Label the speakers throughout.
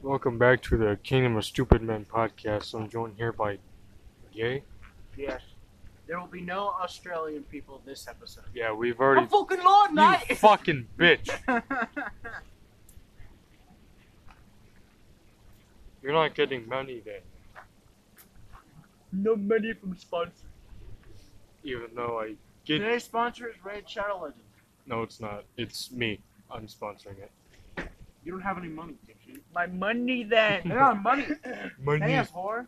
Speaker 1: Welcome back to the Kingdom of Stupid Men podcast. I'm joined here by Yay.
Speaker 2: Yes. There will be no Australian people this episode.
Speaker 1: Yeah, we've
Speaker 2: I'm
Speaker 1: already.
Speaker 3: Oh,
Speaker 2: fucking Lord Knight!
Speaker 1: You fucking bitch! You're not getting money then,
Speaker 2: no money from sponsors.
Speaker 1: even though I get.
Speaker 2: Today's sponsor is Red Shadow Legends.
Speaker 1: No, it's not. It's me. I'm sponsoring it.
Speaker 2: You don't have any money, did you?
Speaker 3: My money then.
Speaker 2: They're on money. Hey,
Speaker 1: Money.
Speaker 2: whore.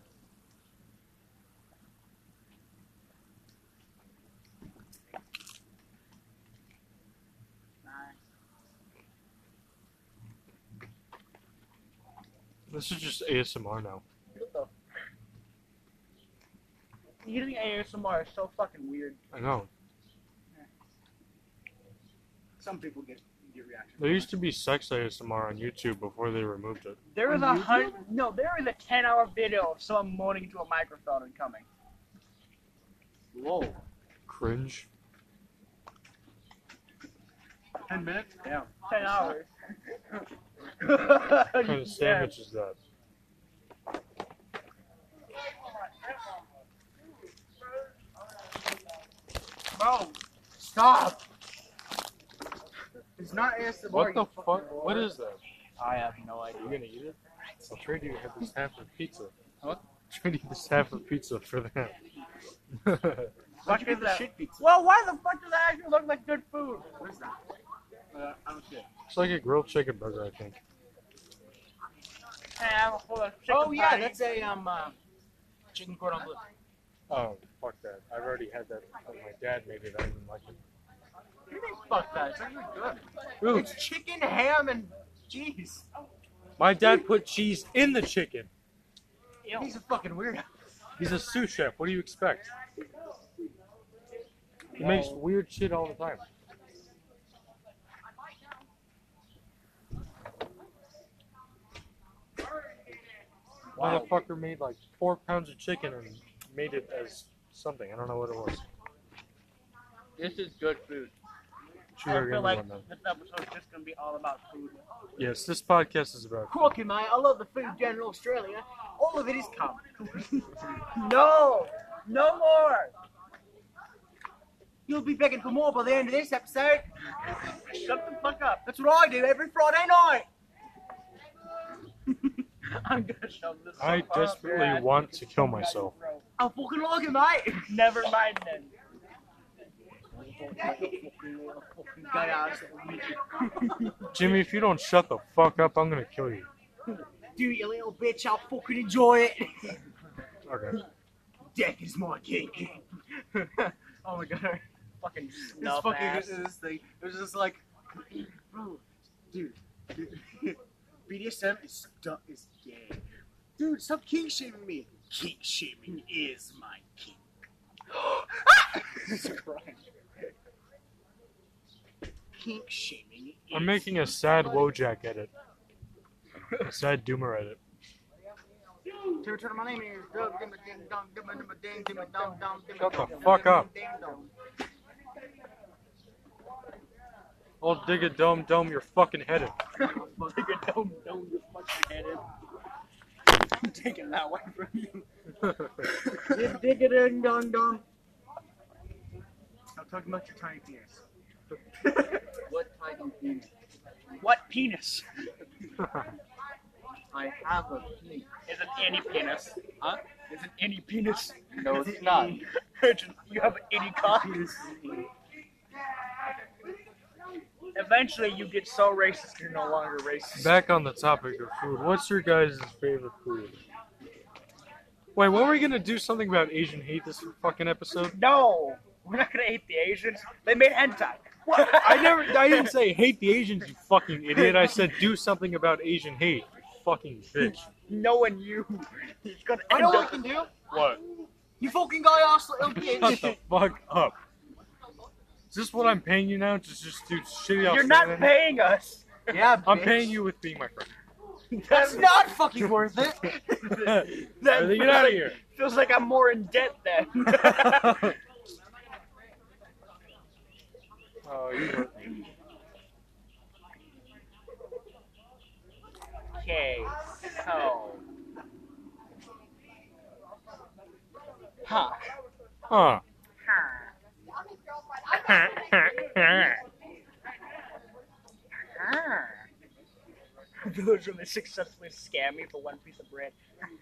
Speaker 1: This is just ASMR now.
Speaker 2: What the? Eating ASMR is so fucking weird.
Speaker 1: I know.
Speaker 2: Some people get your reaction.
Speaker 1: There used to be sex ASMR on YouTube before they removed it.
Speaker 3: There was a
Speaker 2: On YouTube?
Speaker 3: hundred. No, there was a ten-hour video of someone moaning to a microphone and coming.
Speaker 2: Whoa.
Speaker 1: Cringe.
Speaker 2: Ten minutes? Yeah.
Speaker 3: Ten hours.
Speaker 2: Oh,
Speaker 1: What kind of sandwich is that?
Speaker 2: Bro, stop. It's not ASMR.
Speaker 1: What the
Speaker 2: you
Speaker 1: fuck?
Speaker 2: fucking whore.
Speaker 1: What is that?
Speaker 2: I have no
Speaker 1: Are
Speaker 2: idea.
Speaker 1: you gonna eat it? I'll trade you half this half of pizza.
Speaker 2: What?
Speaker 1: Trade you this half of pizza for that.
Speaker 2: Why'd
Speaker 3: Fuck is
Speaker 2: the
Speaker 3: that?
Speaker 2: shit pizza?
Speaker 3: well, why the fuck does that actually look like good food?
Speaker 2: What is that? Uh, I don't see it.
Speaker 1: it's like a grilled chicken burger, I think.
Speaker 3: Hey, I'm a full of chicken
Speaker 2: Oh yeah,
Speaker 3: patty.
Speaker 2: that's a um uh, chicken cordon bleu.
Speaker 1: Oh, fuck that. I've already had that. but my dad made it. I didn't like it.
Speaker 2: What do you mean, fuck that? It's actually good.
Speaker 1: Ooh.
Speaker 2: It's chicken, ham, and cheese.
Speaker 1: My dad put cheese in the chicken.
Speaker 3: Ew.
Speaker 2: He's a fucking weirdo.
Speaker 1: He's a sous chef. What do you expect? He makes weird shit all the time.
Speaker 2: Wow.
Speaker 1: Motherfucker made like four pounds of chicken and made it as something. I don't know what it was.
Speaker 2: This is good food.
Speaker 1: Chew
Speaker 3: I
Speaker 1: every
Speaker 3: feel
Speaker 1: other
Speaker 3: like
Speaker 1: one, though.
Speaker 3: this episode's just gonna be all about food.
Speaker 1: Yes, this podcast is about.
Speaker 2: Corky, mate. I love the food down in Australia. All of it is common.
Speaker 3: No, no more.
Speaker 2: You'll be begging for more by the end of this episode.
Speaker 3: Shut the fuck up.
Speaker 2: That's what I do every Friday night.
Speaker 3: I'm gonna shove this.
Speaker 1: I
Speaker 3: so far up your
Speaker 1: desperately
Speaker 3: ass.
Speaker 1: want to kill myself.
Speaker 2: I fucking like it, mate.
Speaker 3: Never mind then.
Speaker 2: Fucking gay ass little midget.
Speaker 1: Jimmy, if you don't shut the fuck up, I'm gonna kill you.
Speaker 2: Do it, you little bitch. I'll fucking enjoy it.
Speaker 1: Okay.
Speaker 2: Death is my cake.
Speaker 3: Oh my god. Fucking
Speaker 2: This
Speaker 3: snuff
Speaker 2: fucking
Speaker 3: ass.
Speaker 2: this thing. It was just like, bro, dude, dude, BDSM is stu- is gay. Dude, stop kink shaming me. Kink shaming is my kink. Jesus Christ. Kink shaming. Is
Speaker 1: I'm making a sad Wojak edit. A sad Doomer edit.
Speaker 2: Turn, turn my name is Doug. Ding, ding, dong, ding, ding, ding, ding, dong, dong, ding,
Speaker 1: Shut the
Speaker 2: dong, ding,
Speaker 1: fuck
Speaker 2: ding,
Speaker 1: up.
Speaker 2: ding, dong.
Speaker 1: I'll dig a dome, dome your fucking head in.
Speaker 3: Take a dome, dome your fucking head in.
Speaker 2: I'm taking that one from you.
Speaker 3: You dig it in, dong dong.
Speaker 2: I'm talking about your tiny penis. what tiny penis?
Speaker 3: What penis?
Speaker 2: I have a penis.
Speaker 3: Isn't any penis?
Speaker 2: Huh?
Speaker 3: Isn't any penis?
Speaker 2: No, it's not.
Speaker 3: Urgent, you have any cock. Eventually, you get so racist you're no longer racist.
Speaker 1: Back on the topic of food, what's your guys' favorite food? Wait, were we gonna do something about Asian hate this fucking episode?
Speaker 3: no, we're not gonna hate the Asians. They made hentai. What?
Speaker 1: I never, I didn't say hate the Asians, you fucking idiot. I said do something about Asian hate, you fucking bitch.
Speaker 3: Knowing you, it's gonna
Speaker 2: I
Speaker 3: end
Speaker 2: know what I
Speaker 3: up.
Speaker 2: can do.
Speaker 1: What?
Speaker 2: You fucking guy ass little
Speaker 1: Shut
Speaker 2: bitch.
Speaker 1: the fuck up. Is this what I'm paying you now to just do shitty
Speaker 3: You're
Speaker 1: off
Speaker 3: not paying us.
Speaker 2: yeah,
Speaker 1: I'm
Speaker 2: bitch.
Speaker 1: paying you with being my friend.
Speaker 2: That's not fucking worth it.
Speaker 3: That
Speaker 1: Everything, get
Speaker 3: feels
Speaker 1: out of
Speaker 3: like-
Speaker 1: here.
Speaker 3: Feels like I'm more in debt then.
Speaker 1: oh, you hurt me.
Speaker 3: Okay, so. Huh.
Speaker 1: Huh.
Speaker 3: Huh. Huh. Those women successfully scam me for one piece of bread.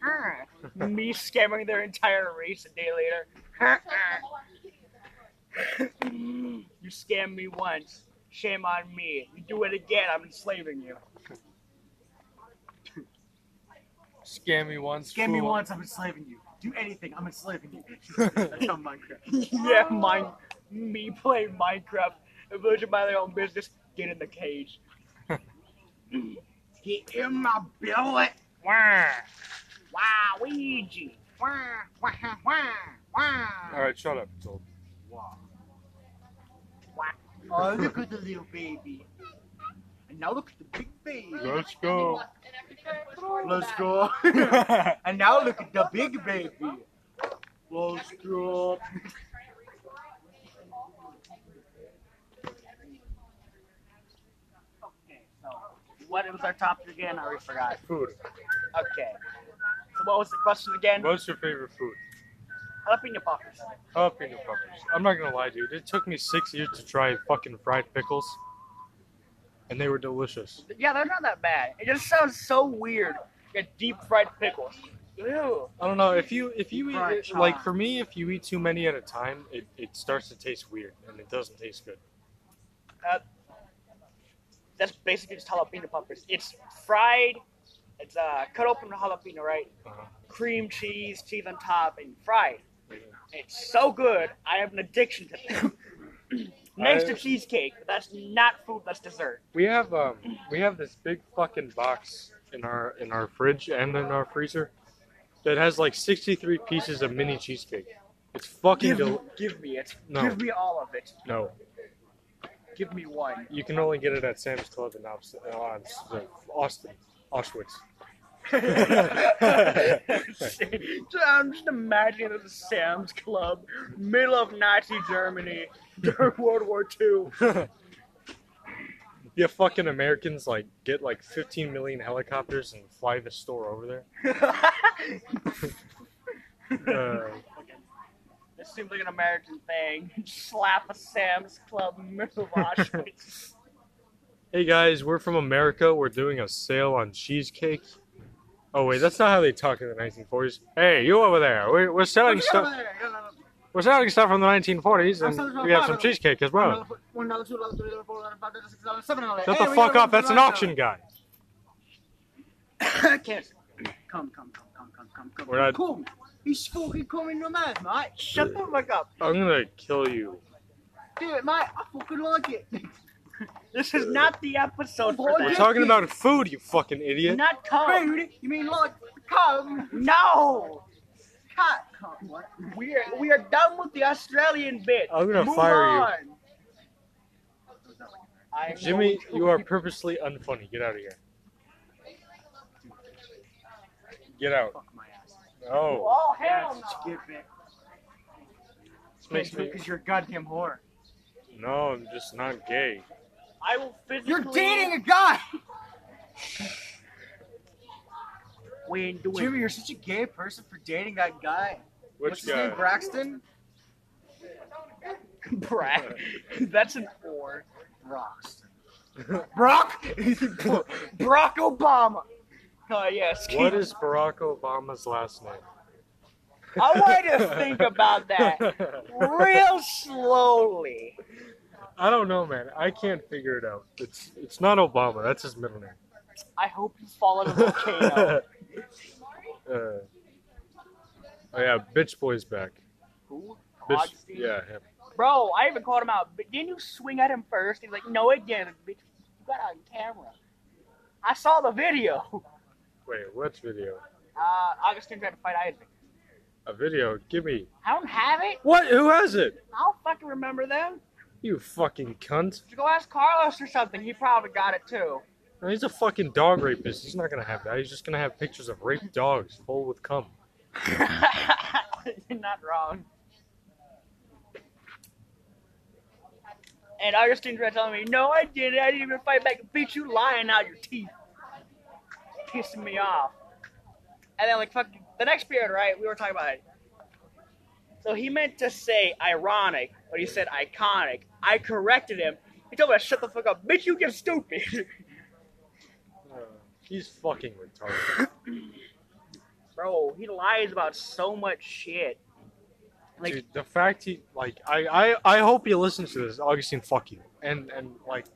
Speaker 3: Huh. me scamming their entire race a day later. Huh. you scammed me once. Shame on me. You do it again, I'm enslaving you.
Speaker 1: Scam me once.
Speaker 2: Scam me
Speaker 1: fool-
Speaker 2: once, I'm enslaving you. Do anything, I'm enslaving you. That's how Minecraft.
Speaker 3: yeah, mine. Me play Minecraft. A villager mind their own business. Get in the cage.
Speaker 2: Get in my belly.
Speaker 3: Wah. Wah, Ouija. Wah, wah, wah, wah.
Speaker 1: All right, shut up. It's old.
Speaker 2: Wow.
Speaker 3: Wah.
Speaker 2: Oh, look at the little baby. And now look at the big baby.
Speaker 1: Let's go.
Speaker 2: Let's go.
Speaker 1: All
Speaker 2: and now look at the big baby. Let's go.
Speaker 3: Okay, so what was our topic again? I already forgot.
Speaker 1: Food.
Speaker 3: Okay. So what was the question again?
Speaker 1: What's your favorite food?
Speaker 3: Jalapeno poppers.
Speaker 1: Jalapeno peppers. I'm not gonna lie, dude. It took me six years to try fucking fried pickles, and they were delicious.
Speaker 3: Yeah, they're not that bad. It just sounds so weird. Yeah, deep fried pickles. Ew.
Speaker 1: I don't know if you if you
Speaker 2: Fried
Speaker 1: eat
Speaker 2: chop.
Speaker 1: like for me if you eat too many at a time, it, it starts to taste weird and it doesn't taste good.
Speaker 3: That's basically just jalapeno poppers. It's fried. It's uh, cut open jalapeno, right?
Speaker 1: Uh-huh.
Speaker 3: Cream cheese, cheese on top, and fried. It's so good. I have an addiction to them. Next to
Speaker 1: I-
Speaker 3: cheesecake, but that's not food. That's dessert.
Speaker 1: We have um we have this big fucking box in our in our fridge and in our freezer that has like 63 pieces of mini cheesecake. It's fucking
Speaker 3: Give, me-
Speaker 1: del-
Speaker 3: give me it.
Speaker 1: No.
Speaker 3: Give me all of it.
Speaker 1: no.
Speaker 3: Give me one.
Speaker 1: You can only get it at Sam's Club in Aus- uh, Aus- uh, Austin, Auschwitz.
Speaker 3: I'm just imagining this is Sam's Club, middle of Nazi Germany during World War II.
Speaker 1: Yeah, fucking Americans like get like 15 million helicopters and fly the store over there. Uh,
Speaker 3: This seems like an American thing. Slap a Sam's Club middle of Auschwitz.
Speaker 1: hey guys, we're from America. We're doing a sale on cheesecake. Oh wait, that's not how they talk in the 1940s. Hey, you over there? We're, we're selling stuff. We're selling stuff from the 1940s, and we have some cheesecake as well.
Speaker 2: One dollar, two dollars, three dollars, four dollars, five dollars, six dollars, seven dollars.
Speaker 1: Shut
Speaker 2: Hey,
Speaker 1: the
Speaker 2: we
Speaker 1: fuck
Speaker 2: got
Speaker 1: up. That's an
Speaker 2: $1.
Speaker 1: auction guy.
Speaker 3: I can't.
Speaker 2: Come, come, come, come, come, come, come.
Speaker 1: We're not-
Speaker 2: Come. He's fucking coming to mouth, mate.
Speaker 3: Shut the fuck up.
Speaker 1: I'm gonna kill you.
Speaker 2: Do it, mate. I fucking like it.
Speaker 3: This is not the episode for
Speaker 1: We're
Speaker 2: Yes,
Speaker 3: that.
Speaker 1: talking
Speaker 2: yes.
Speaker 1: about food, you fucking idiot.
Speaker 3: Not cum.
Speaker 2: Food? You mean like cum?
Speaker 3: No.
Speaker 2: Cat cum? What?
Speaker 3: We are we are done with the Australian bit.
Speaker 1: I'm gonna
Speaker 3: Move
Speaker 1: fire you.
Speaker 3: on. you. I'm
Speaker 1: Jimmy,
Speaker 3: going to-
Speaker 1: you are purposely unfunny. Get out of here. Get out.
Speaker 2: Fuck my ass.
Speaker 1: Oh,
Speaker 3: Oh hell no.
Speaker 2: Get back.
Speaker 1: this makes me.
Speaker 2: Because you're a goddamn whore.
Speaker 1: No, I'm just not gay.
Speaker 3: I will physically.
Speaker 2: You're dating a guy!
Speaker 3: We ain't doing.
Speaker 2: Jimmy, you're such a gay person for dating that guy.
Speaker 1: Which
Speaker 2: What's his name,
Speaker 1: guy?
Speaker 2: Braxton?
Speaker 3: Brad. That's an or.
Speaker 2: Braxton.
Speaker 3: Brock. Barack Obama. Oh yes.
Speaker 1: What is Barack Obama's last name?
Speaker 3: I want you to think about that real slowly.
Speaker 1: I don't know, man. I can't figure it out. It's it's not Obama. That's his middle name.
Speaker 3: I hope you fall in a volcano.
Speaker 1: Uh, oh yeah, bitch boy's back.
Speaker 3: Who?
Speaker 1: Bitch,
Speaker 3: Augustine?
Speaker 1: yeah, him.
Speaker 3: Bro, I even called him out. But didn't you swing at him first? He's like, no, it didn't. Bitch, you got on camera. I saw the video.
Speaker 1: Wait, what video?
Speaker 3: Uh, Augustine tried to fight Isaac.
Speaker 1: A video? Give me.
Speaker 3: I don't have it.
Speaker 1: What? Who has it?
Speaker 3: I don't fucking remember them.
Speaker 1: You fucking cunt.
Speaker 3: Just go ask Carlos or something. He probably got it too.
Speaker 1: No, he's a fucking dog rapist. He's not gonna have that. He's just gonna have pictures of raped dogs full with cum.
Speaker 3: You're not wrong. And Augustine tried telling me, no, I didn't. I didn't even fight back. Bitch, you lying out your teeth. pissing me off. And then like fuck the next period, right? We were talking about it. So he meant to say ironic, but he said iconic. I corrected him. He told me to shut the fuck up. Bitch, you get stupid.
Speaker 1: He's fucking retarded.
Speaker 3: Bro, he lies about so much shit. Like-
Speaker 1: Dude, the fact he like I, I I hope he listens to this. Augustine, fuck you. And and like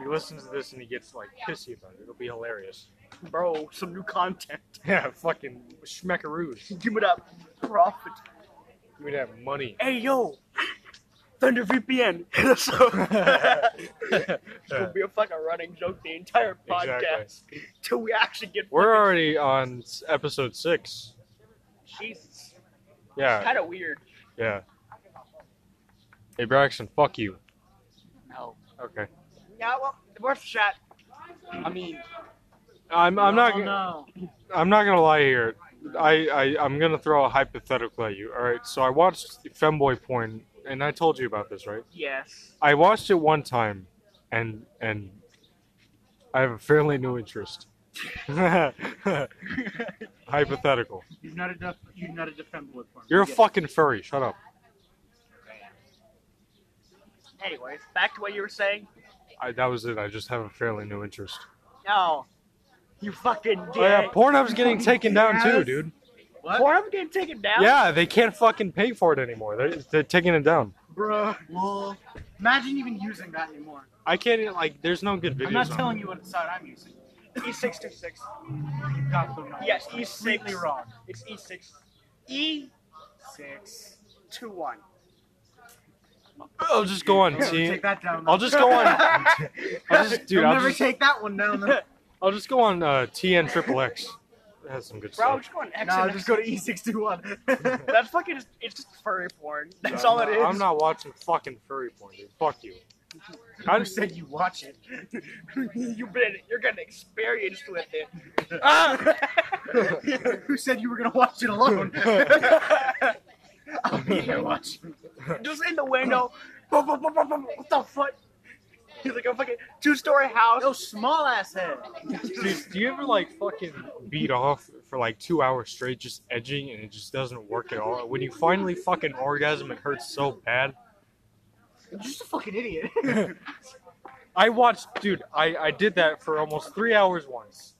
Speaker 1: he listens to this and he gets like pissy about it. It'll be hilarious.
Speaker 3: Bro, some new content.
Speaker 1: Yeah, fucking schmeckaroos.
Speaker 3: Give it up. Profit.
Speaker 1: You would have money.
Speaker 3: Hey yo! Thunder VPN. Hit us up. It'll be a fucking running joke the entire podcast
Speaker 1: Exactly.
Speaker 3: till we actually get
Speaker 1: We're
Speaker 3: fucking-
Speaker 1: already on s- episode six.
Speaker 3: Jesus. It's
Speaker 1: Yeah,
Speaker 3: kinda weird.
Speaker 1: yeah. Hey Braxton, fuck you.
Speaker 3: No.
Speaker 1: Okay.
Speaker 3: Yeah, well, worth a shot.
Speaker 1: I mean, I'm I'm not.
Speaker 3: Oh,
Speaker 1: gonna-
Speaker 3: no.
Speaker 1: I'm not gonna lie here. I, I I'm gonna throw a hypothetical at you. All right. So I watched femboy porn, and I told you about this, right?
Speaker 3: Yes.
Speaker 1: I watched it one time, and and I have a fairly new interest. hypothetical.
Speaker 2: You've not a def- you've not a defendable for me.
Speaker 1: You're a
Speaker 2: Yeah.
Speaker 1: fucking furry. Shut up.
Speaker 3: Anyways, back to what you were saying.
Speaker 1: I, that was it. I just have a fairly new interest.
Speaker 3: No. You fucking dick.
Speaker 1: Oh, yeah, Pornhub's getting taken down too,
Speaker 2: Yes.
Speaker 1: dude.
Speaker 2: What?
Speaker 3: Pornhub getting taken down?
Speaker 1: Yeah, they can't fucking pay for it anymore. They're, they're taking it down.
Speaker 2: Bruh. Well, imagine even using that anymore.
Speaker 1: I can't even, like. There's no good videos.
Speaker 2: I'm not
Speaker 1: on
Speaker 2: telling you what side I'm using.
Speaker 3: E E626.
Speaker 2: You've got the wrong
Speaker 3: Yes,
Speaker 2: side.
Speaker 3: E six.
Speaker 2: Completely wrong.
Speaker 3: It's E6. E
Speaker 2: Six.
Speaker 3: 2 1.
Speaker 1: it. I'll just go on.
Speaker 2: Never
Speaker 1: T-
Speaker 2: Take that down.
Speaker 1: I'll just go on. I'll just, dude,
Speaker 2: You'll
Speaker 1: I'll
Speaker 2: never
Speaker 1: just,
Speaker 2: take that one down. Though.
Speaker 1: I'll just go on uh, TN Triple X. It has some good
Speaker 3: Bro,
Speaker 1: stuff.
Speaker 3: just go on X.
Speaker 2: no,
Speaker 3: and
Speaker 2: I'll just go to E E621.
Speaker 3: That's fucking. It's just furry porn. That's
Speaker 1: I'm
Speaker 3: all
Speaker 1: not,
Speaker 3: it is.
Speaker 1: I'm not watching fucking furry porn, dude. Fuck you.
Speaker 2: I just said you watch it.
Speaker 3: You've been. You're getting experienced with it. Ah,
Speaker 2: Who said you were gonna watch it alone? I'll be here watching.
Speaker 3: just in the window. Boom, boom, boom, boom, boom. What the fuck? He's like a fucking two-story house.
Speaker 2: No small ass head.
Speaker 1: Dude, do you ever like fucking beat off for like two hours straight, just edging, and it just doesn't work at all? When you finally fucking orgasm, it hurts so bad.
Speaker 2: You're just a fucking idiot.
Speaker 1: I watched, dude. I I did that for almost three hours once,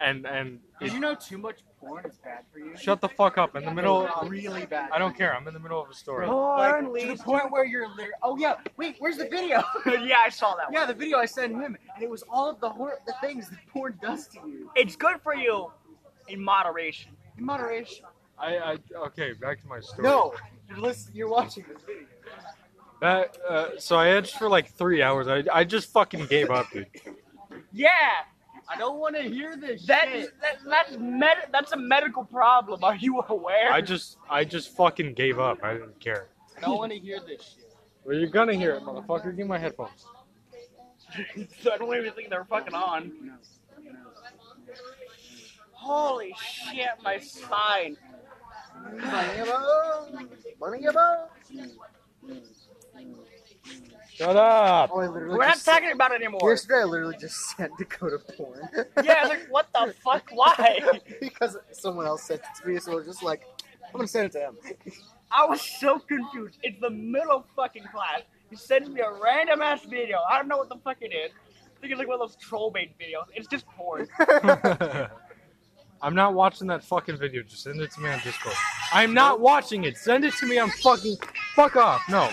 Speaker 1: and and
Speaker 2: Did you
Speaker 1: it,
Speaker 2: know too much porn is bad for you?
Speaker 1: shut the fuck up. In the middle,
Speaker 2: Really bad.
Speaker 1: I don't care. I'm in the middle of a story.
Speaker 2: Like,
Speaker 3: Porn
Speaker 2: to the
Speaker 3: leads.
Speaker 2: point where you're literally. Oh yeah. Wait, where's the video?
Speaker 3: yeah, I saw that one.
Speaker 2: yeah, the video I sent him, and it was all of the hor- the things that porn does to you.
Speaker 3: It's good for you in moderation.
Speaker 2: In moderation.
Speaker 1: I, I okay. Back to my story.
Speaker 2: No, you're listening. You're watching this video.
Speaker 1: That, uh, so I edged for like three hours. I, I just fucking gave up, dude.
Speaker 3: Yeah,
Speaker 2: I don't want to hear this.
Speaker 3: that,
Speaker 2: shit.
Speaker 3: that that's med that's a medical problem. Are you aware?
Speaker 1: I just I just fucking gave up. I didn't care.
Speaker 2: I don't want to hear this shit.
Speaker 1: Well, you're gonna hear it, motherfucker. Give me my headphones.
Speaker 3: so I don't even think they're fucking on.
Speaker 2: No. no.
Speaker 3: Holy shit, my spine.
Speaker 1: Shut up.
Speaker 2: Oh, I literally
Speaker 3: We're not
Speaker 2: just said-
Speaker 3: talking about it anymore.
Speaker 2: Yesterday, I literally just sent Dakota porn.
Speaker 3: Yeah, I was like, what the fuck? Why?
Speaker 2: because someone else sent it to me, so I was just like, I'm gonna send it to him.
Speaker 3: I was so confused. It's the middle of fucking class. He sends me a random ass video. I don't know what the fuck it is. I think it's like one of those troll bait videos. It's just porn.
Speaker 1: I'm not watching that fucking video. Just send it to me on Discord. I'm not watching it. Send it to me. I'm fucking fuck off. No.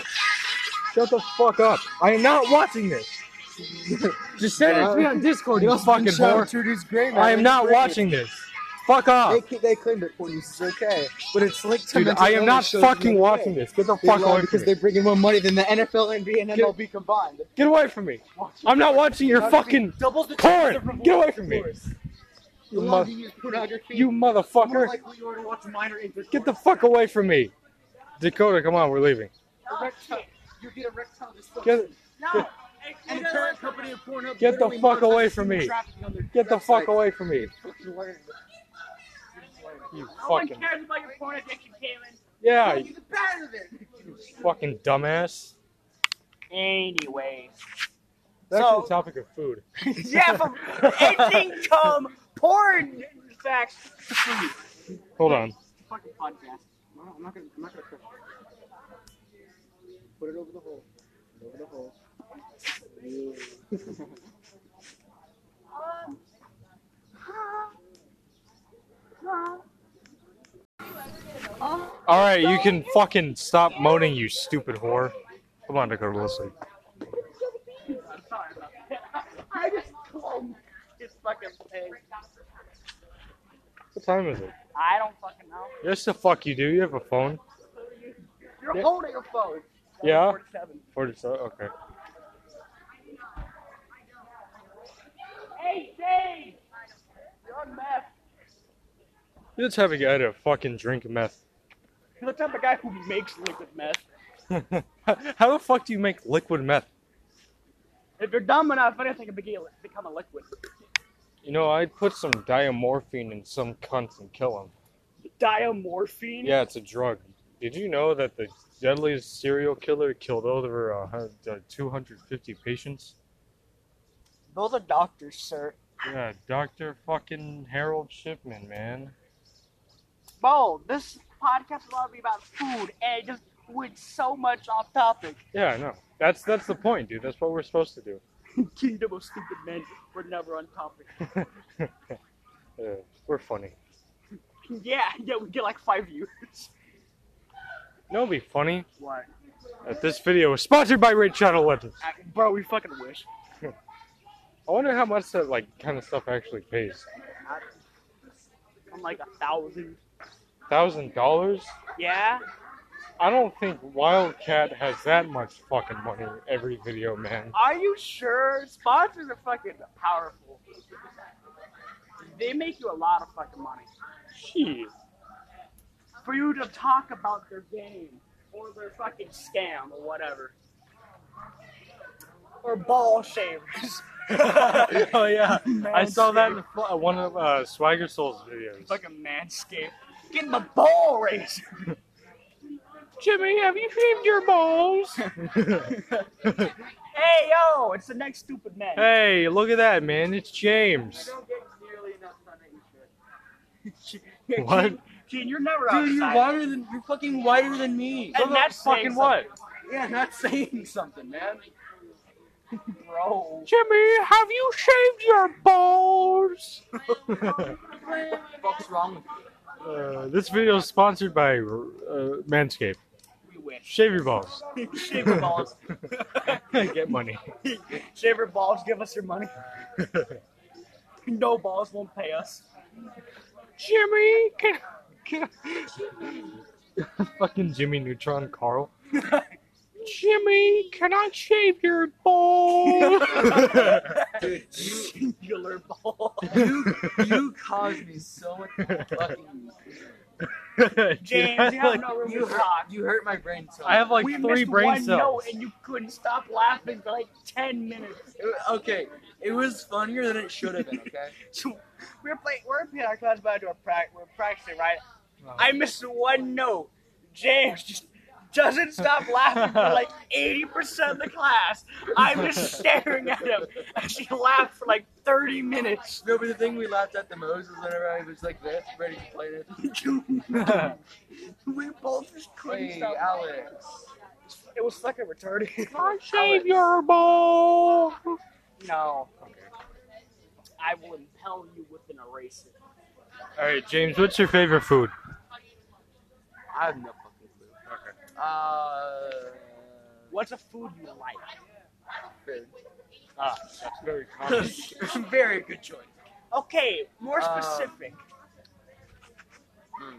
Speaker 1: Shut the fuck up. I am not watching this. just send it to me on Discord. You fucking whore. I am not watching this. Fuck off.
Speaker 4: They, ca- they claimed it for you, so it's okay. But it's linked to
Speaker 1: Dude,
Speaker 4: mental
Speaker 1: I am not
Speaker 4: illness shows
Speaker 1: fucking
Speaker 4: you
Speaker 1: watching
Speaker 4: okay.
Speaker 1: this. Get the
Speaker 4: They
Speaker 1: fuck
Speaker 4: lie
Speaker 1: away from
Speaker 4: because
Speaker 1: me.
Speaker 4: they bring in more money than the NFL, NBA, and
Speaker 1: Get-
Speaker 4: MLB combined.
Speaker 1: Get away from me. I'm not watching your fucking
Speaker 2: Doubles the
Speaker 1: porn. Get away from me. You, mo-
Speaker 2: pornography.
Speaker 1: you motherfucker.
Speaker 2: likely you are to watch minor interest.
Speaker 1: Get the fuck away from me. Dakota, come on, we're leaving.
Speaker 2: erectile. You get erectile dysfunction.
Speaker 1: Get,
Speaker 3: No.
Speaker 2: and the parent company of Pornhub.
Speaker 1: Get the
Speaker 2: literally
Speaker 1: fuck
Speaker 2: monitors
Speaker 1: away from
Speaker 2: human
Speaker 1: me.
Speaker 2: trafficking on their
Speaker 1: get the fuck
Speaker 2: website.
Speaker 1: away from me.
Speaker 2: Fucking learn.
Speaker 1: You
Speaker 4: Oh
Speaker 3: No one
Speaker 1: fucking.
Speaker 3: cares about your porn addiction, Kaylin.
Speaker 1: Yeah, you
Speaker 2: You're the better than.
Speaker 1: fucking dumbass.
Speaker 3: Anyways.
Speaker 1: That's
Speaker 3: So-
Speaker 1: the topic of food.
Speaker 3: yeah, from ending cum porn facts.
Speaker 1: Hold on.
Speaker 2: Fucking podcast. No, I'm not gonna. I'm not gonna crush it. Put it over the hole. Over the hole.
Speaker 1: All right, you can fucking stop moaning, you stupid whore. Come on to go to sleep.
Speaker 3: I'm sorry about that. I just cloned his fucking pig.
Speaker 1: What time is it?
Speaker 3: I don't fucking know.
Speaker 1: Yes, the fuck you do. You have a phone.
Speaker 3: You're
Speaker 1: Yeah.
Speaker 3: holding your phone.
Speaker 1: Yeah.
Speaker 3: 47.
Speaker 1: Forty-seven. Okay.
Speaker 3: Hey, Dave! You're on meth.
Speaker 1: You're the type of guy to fucking drink meth.
Speaker 3: You're the type of guy who makes liquid meth.
Speaker 1: How the fuck do you make liquid meth?
Speaker 3: If you're dumb enough, anything can be- become a liquid.
Speaker 1: You know, I'd put some diamorphine in some cunt and kill him.
Speaker 3: Diamorphine?
Speaker 1: Yeah, it's a drug. Did you know that the deadliest serial killer killed over uh, hun- uh, 250 patients?
Speaker 3: Those are doctors, sir.
Speaker 1: Yeah, Dr. fucking Harold Shipman, man.
Speaker 3: Bo, this podcast is going to be about food, and it just went so much off topic.
Speaker 1: Yeah, I know. That's that's the point, dude. That's what we're supposed to do.
Speaker 3: Kingdom of stupid men. We're never on topic.
Speaker 1: Uh, we're funny.
Speaker 3: Yeah, yeah, we get like five viewers.
Speaker 1: You know what'd be funny?
Speaker 3: What?
Speaker 1: If this video was sponsored by Red Channel Legends.
Speaker 3: Bro, we fucking wish.
Speaker 1: I wonder how much that like kind of stuff actually pays.
Speaker 3: I'm like a thousand.
Speaker 1: Thousand dollars?
Speaker 3: Yeah?
Speaker 1: I don't think Wildcat has that much fucking money in every video, man.
Speaker 3: Are you sure? Sponsors are fucking powerful. They make you a lot of fucking money.
Speaker 1: Jeez.
Speaker 3: For you to talk about their game or their fucking scam or whatever. Or ball shavers.
Speaker 1: oh yeah, I saw that
Speaker 3: Manscaped.
Speaker 1: in fl- uh, one of uh, Swagger Soul's videos.
Speaker 3: Fucking manscape. Get the ball razor.
Speaker 1: Jimmy, have you shaved your balls?
Speaker 3: Hey yo, it's the next stupid man.
Speaker 1: hey, look at that, man! It's James.
Speaker 2: get nearly enough sun that you should.
Speaker 3: Gene-
Speaker 1: What?
Speaker 3: Gene, you're never outside.
Speaker 4: Dude, you're whiter than you're fucking whiter than me.
Speaker 3: And that's
Speaker 1: fucking what?
Speaker 4: Yeah, not saying something, man.
Speaker 3: bro.
Speaker 1: Jimmy, have you shaved your balls?
Speaker 4: What the fuck's wrong with
Speaker 1: uh, this video is sponsored by uh, Manscaped.
Speaker 3: We wish.
Speaker 1: Shave your balls.
Speaker 3: Shave your balls.
Speaker 1: Get money.
Speaker 3: Shave your balls. Give us your money. No balls won't pay us.
Speaker 1: Jimmy, can, can fucking Jimmy Neutron, Carl. Jimmy, can I shave your balls?
Speaker 3: Singular ball.
Speaker 4: you? You, you caused me so much fucking.
Speaker 3: James,
Speaker 1: I,
Speaker 3: you
Speaker 1: have
Speaker 3: have no room
Speaker 4: You
Speaker 3: to
Speaker 4: hurt,
Speaker 3: talk.
Speaker 4: you hurt my brain so.
Speaker 1: I have like
Speaker 3: we
Speaker 1: three
Speaker 3: missed
Speaker 1: brain
Speaker 3: one note
Speaker 1: cells.
Speaker 3: and you couldn't stop laughing for like 10 minutes.
Speaker 4: It- okay, it was funnier than it should have been. Okay.
Speaker 3: So we were playing, we were playing our class about to our practice. We are practicing, right? I missed one note. James just doesn't stop laughing for like 80% of the class. I'm just staring at him. And she laughed for like 30 minutes.
Speaker 4: No, but the thing we laughed at the most was whenever I was like this, ready to play this.
Speaker 3: We both just couldn't
Speaker 4: Hey,
Speaker 3: stop.
Speaker 4: Alex.
Speaker 3: It was fucking retarded.
Speaker 1: shave your balls.
Speaker 3: No. I will impel you with an eraser.
Speaker 1: All right, James, what's your favorite food?
Speaker 4: I have no fucking clue. Okay. Uh.
Speaker 3: What's a food you like?
Speaker 4: food?
Speaker 1: Ah, that's very common.
Speaker 4: Very good choice.
Speaker 3: Okay, more
Speaker 4: Uh,
Speaker 3: specific.
Speaker 4: Hmm.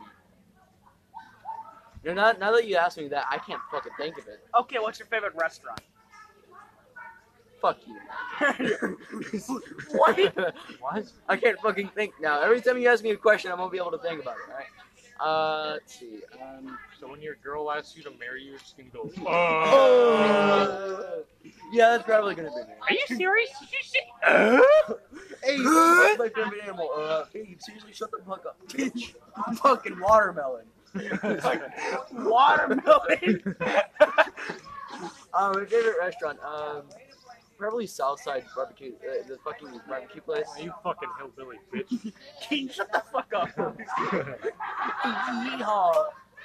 Speaker 4: No, now, now that you asked me that, I can't fucking think of it.
Speaker 3: okay, what's your favorite restaurant?
Speaker 4: Fuck you.
Speaker 3: What?
Speaker 4: what? I can't fucking think now. Every time you ask me a question, I won't be able to think about it. All right. Uh, let's see. Um,
Speaker 1: So when your girl asks you to marry you, she's gonna go.
Speaker 4: uh, yeah, that's probably gonna be me.
Speaker 3: Are you serious? Did you see?
Speaker 4: Hey, that's my favorite animal. Uh, hey, seriously, shut the fuck up, bitch. fucking watermelon.
Speaker 3: Watermelon.
Speaker 4: Uh, my favorite restaurant. Um, probably Southside barbecue, uh, the fucking barbecue place.
Speaker 1: You fucking hillbilly bitch.
Speaker 3: King, shut the fuck up.
Speaker 4: Yeehaw!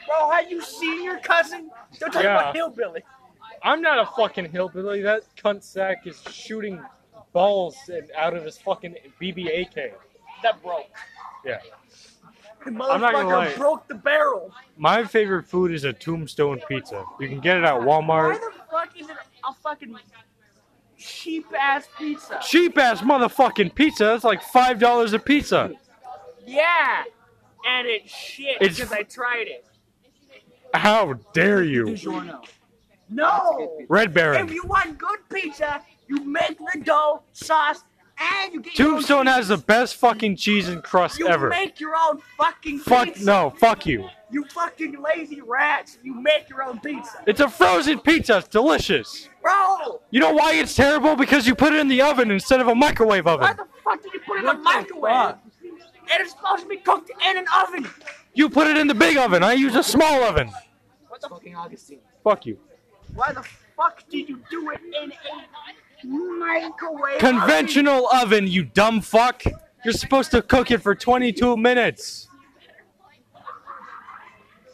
Speaker 3: Bro, have you seen your cousin? Don't talk
Speaker 1: Yeah.
Speaker 3: about hillbilly.
Speaker 1: I'm not a fucking hillbilly. That cunt sack is shooting balls and out of his fucking BBAK.
Speaker 3: That broke.
Speaker 1: Yeah.
Speaker 4: The
Speaker 1: not gonna lie.
Speaker 4: motherfucker broke the barrel.
Speaker 1: My favorite food is a tombstone pizza. You can get it at
Speaker 3: Why
Speaker 1: Walmart.
Speaker 3: the fuck is it a fucking cheap ass pizza?
Speaker 1: Cheap ass motherfucking pizza. That's like five dollars a pizza.
Speaker 3: Yeah, and it's shit
Speaker 1: It's-
Speaker 3: because I tried it.
Speaker 1: How dare you,
Speaker 4: DiGiorno.
Speaker 3: No,
Speaker 1: Red
Speaker 3: if
Speaker 1: Baron?
Speaker 3: you want good pizza, you make the dough, sauce, and you get your own
Speaker 1: Tombstone
Speaker 3: cheese.
Speaker 1: has the best fucking cheese and crust
Speaker 3: You
Speaker 1: ever.
Speaker 3: make your own fucking
Speaker 1: Fuck
Speaker 3: pizza.
Speaker 1: no, fuck you.
Speaker 3: You fucking lazy rats. You make your own pizza,
Speaker 1: It's a frozen pizza. It's delicious.
Speaker 3: bro.
Speaker 1: You know why it's terrible? Because you put it in the oven instead of a microwave
Speaker 3: Why
Speaker 1: oven.
Speaker 3: the fuck did you put it in
Speaker 4: What
Speaker 3: a
Speaker 4: the
Speaker 3: microwave?
Speaker 4: fuck?
Speaker 3: And it's supposed to be cooked in an oven.
Speaker 1: You put it in the big oven. I use a small oven.
Speaker 3: What the
Speaker 4: Fucking Augustine.
Speaker 1: Fuck you.
Speaker 3: Why the fuck did you do it in a microwave?
Speaker 1: Conventional oven, you dumb fuck. You're supposed to cook it for 22 minutes.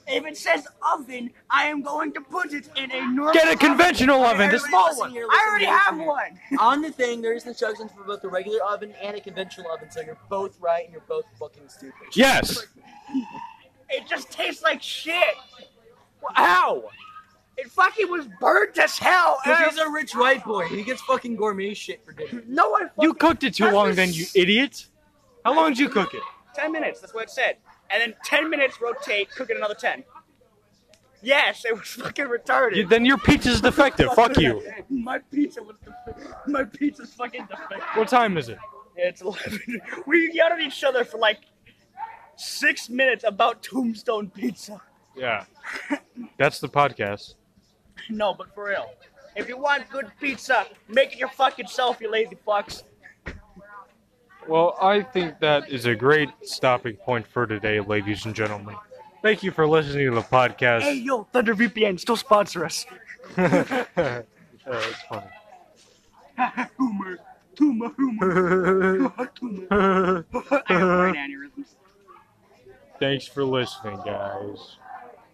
Speaker 3: If it says oven, I am going to put it in a normal.
Speaker 1: Get a conventional oven. This
Speaker 3: small
Speaker 4: Listen
Speaker 3: one.
Speaker 4: here,
Speaker 3: I
Speaker 4: listen
Speaker 3: already
Speaker 4: here,
Speaker 3: have
Speaker 4: listen here.
Speaker 3: one.
Speaker 4: On the thing, there's instructions for both the regular oven and a conventional oven, so you're both right and you're both fucking stupid.
Speaker 1: Yes.
Speaker 3: It just tastes like shit. How? It fucking was burnt as hell. and I-
Speaker 4: Because he's a rich white boy. He gets fucking gourmet shit for dinner.
Speaker 3: no one. Fucking,
Speaker 1: You cooked it too long, then you idiot. How long did you cook it?
Speaker 3: ten minutes. That's what it said. And then ten minutes rotate, cook it another ten. Yes, it was fucking retarded.
Speaker 1: You, then your pizza's defective. Fuck you.
Speaker 3: My pizza was defective. My pizza's fucking defective.
Speaker 1: What time is it?
Speaker 3: It's 11. We yelled at each other for like six minutes about Tombstone Pizza.
Speaker 1: Yeah. That's the podcast.
Speaker 3: No, but for real. If you want good pizza, make it your fucking self, you lazy fucks.
Speaker 1: Well, I think that is a great stopping point for today, ladies and gentlemen. Thank you for listening to the podcast.
Speaker 3: Hey, yo, Thunder VPN, still sponsor us.
Speaker 1: yeah, it's funny.
Speaker 3: Humor. Tumor, humor. Tumor. I have brain aneurysms.
Speaker 1: Thanks for listening, guys.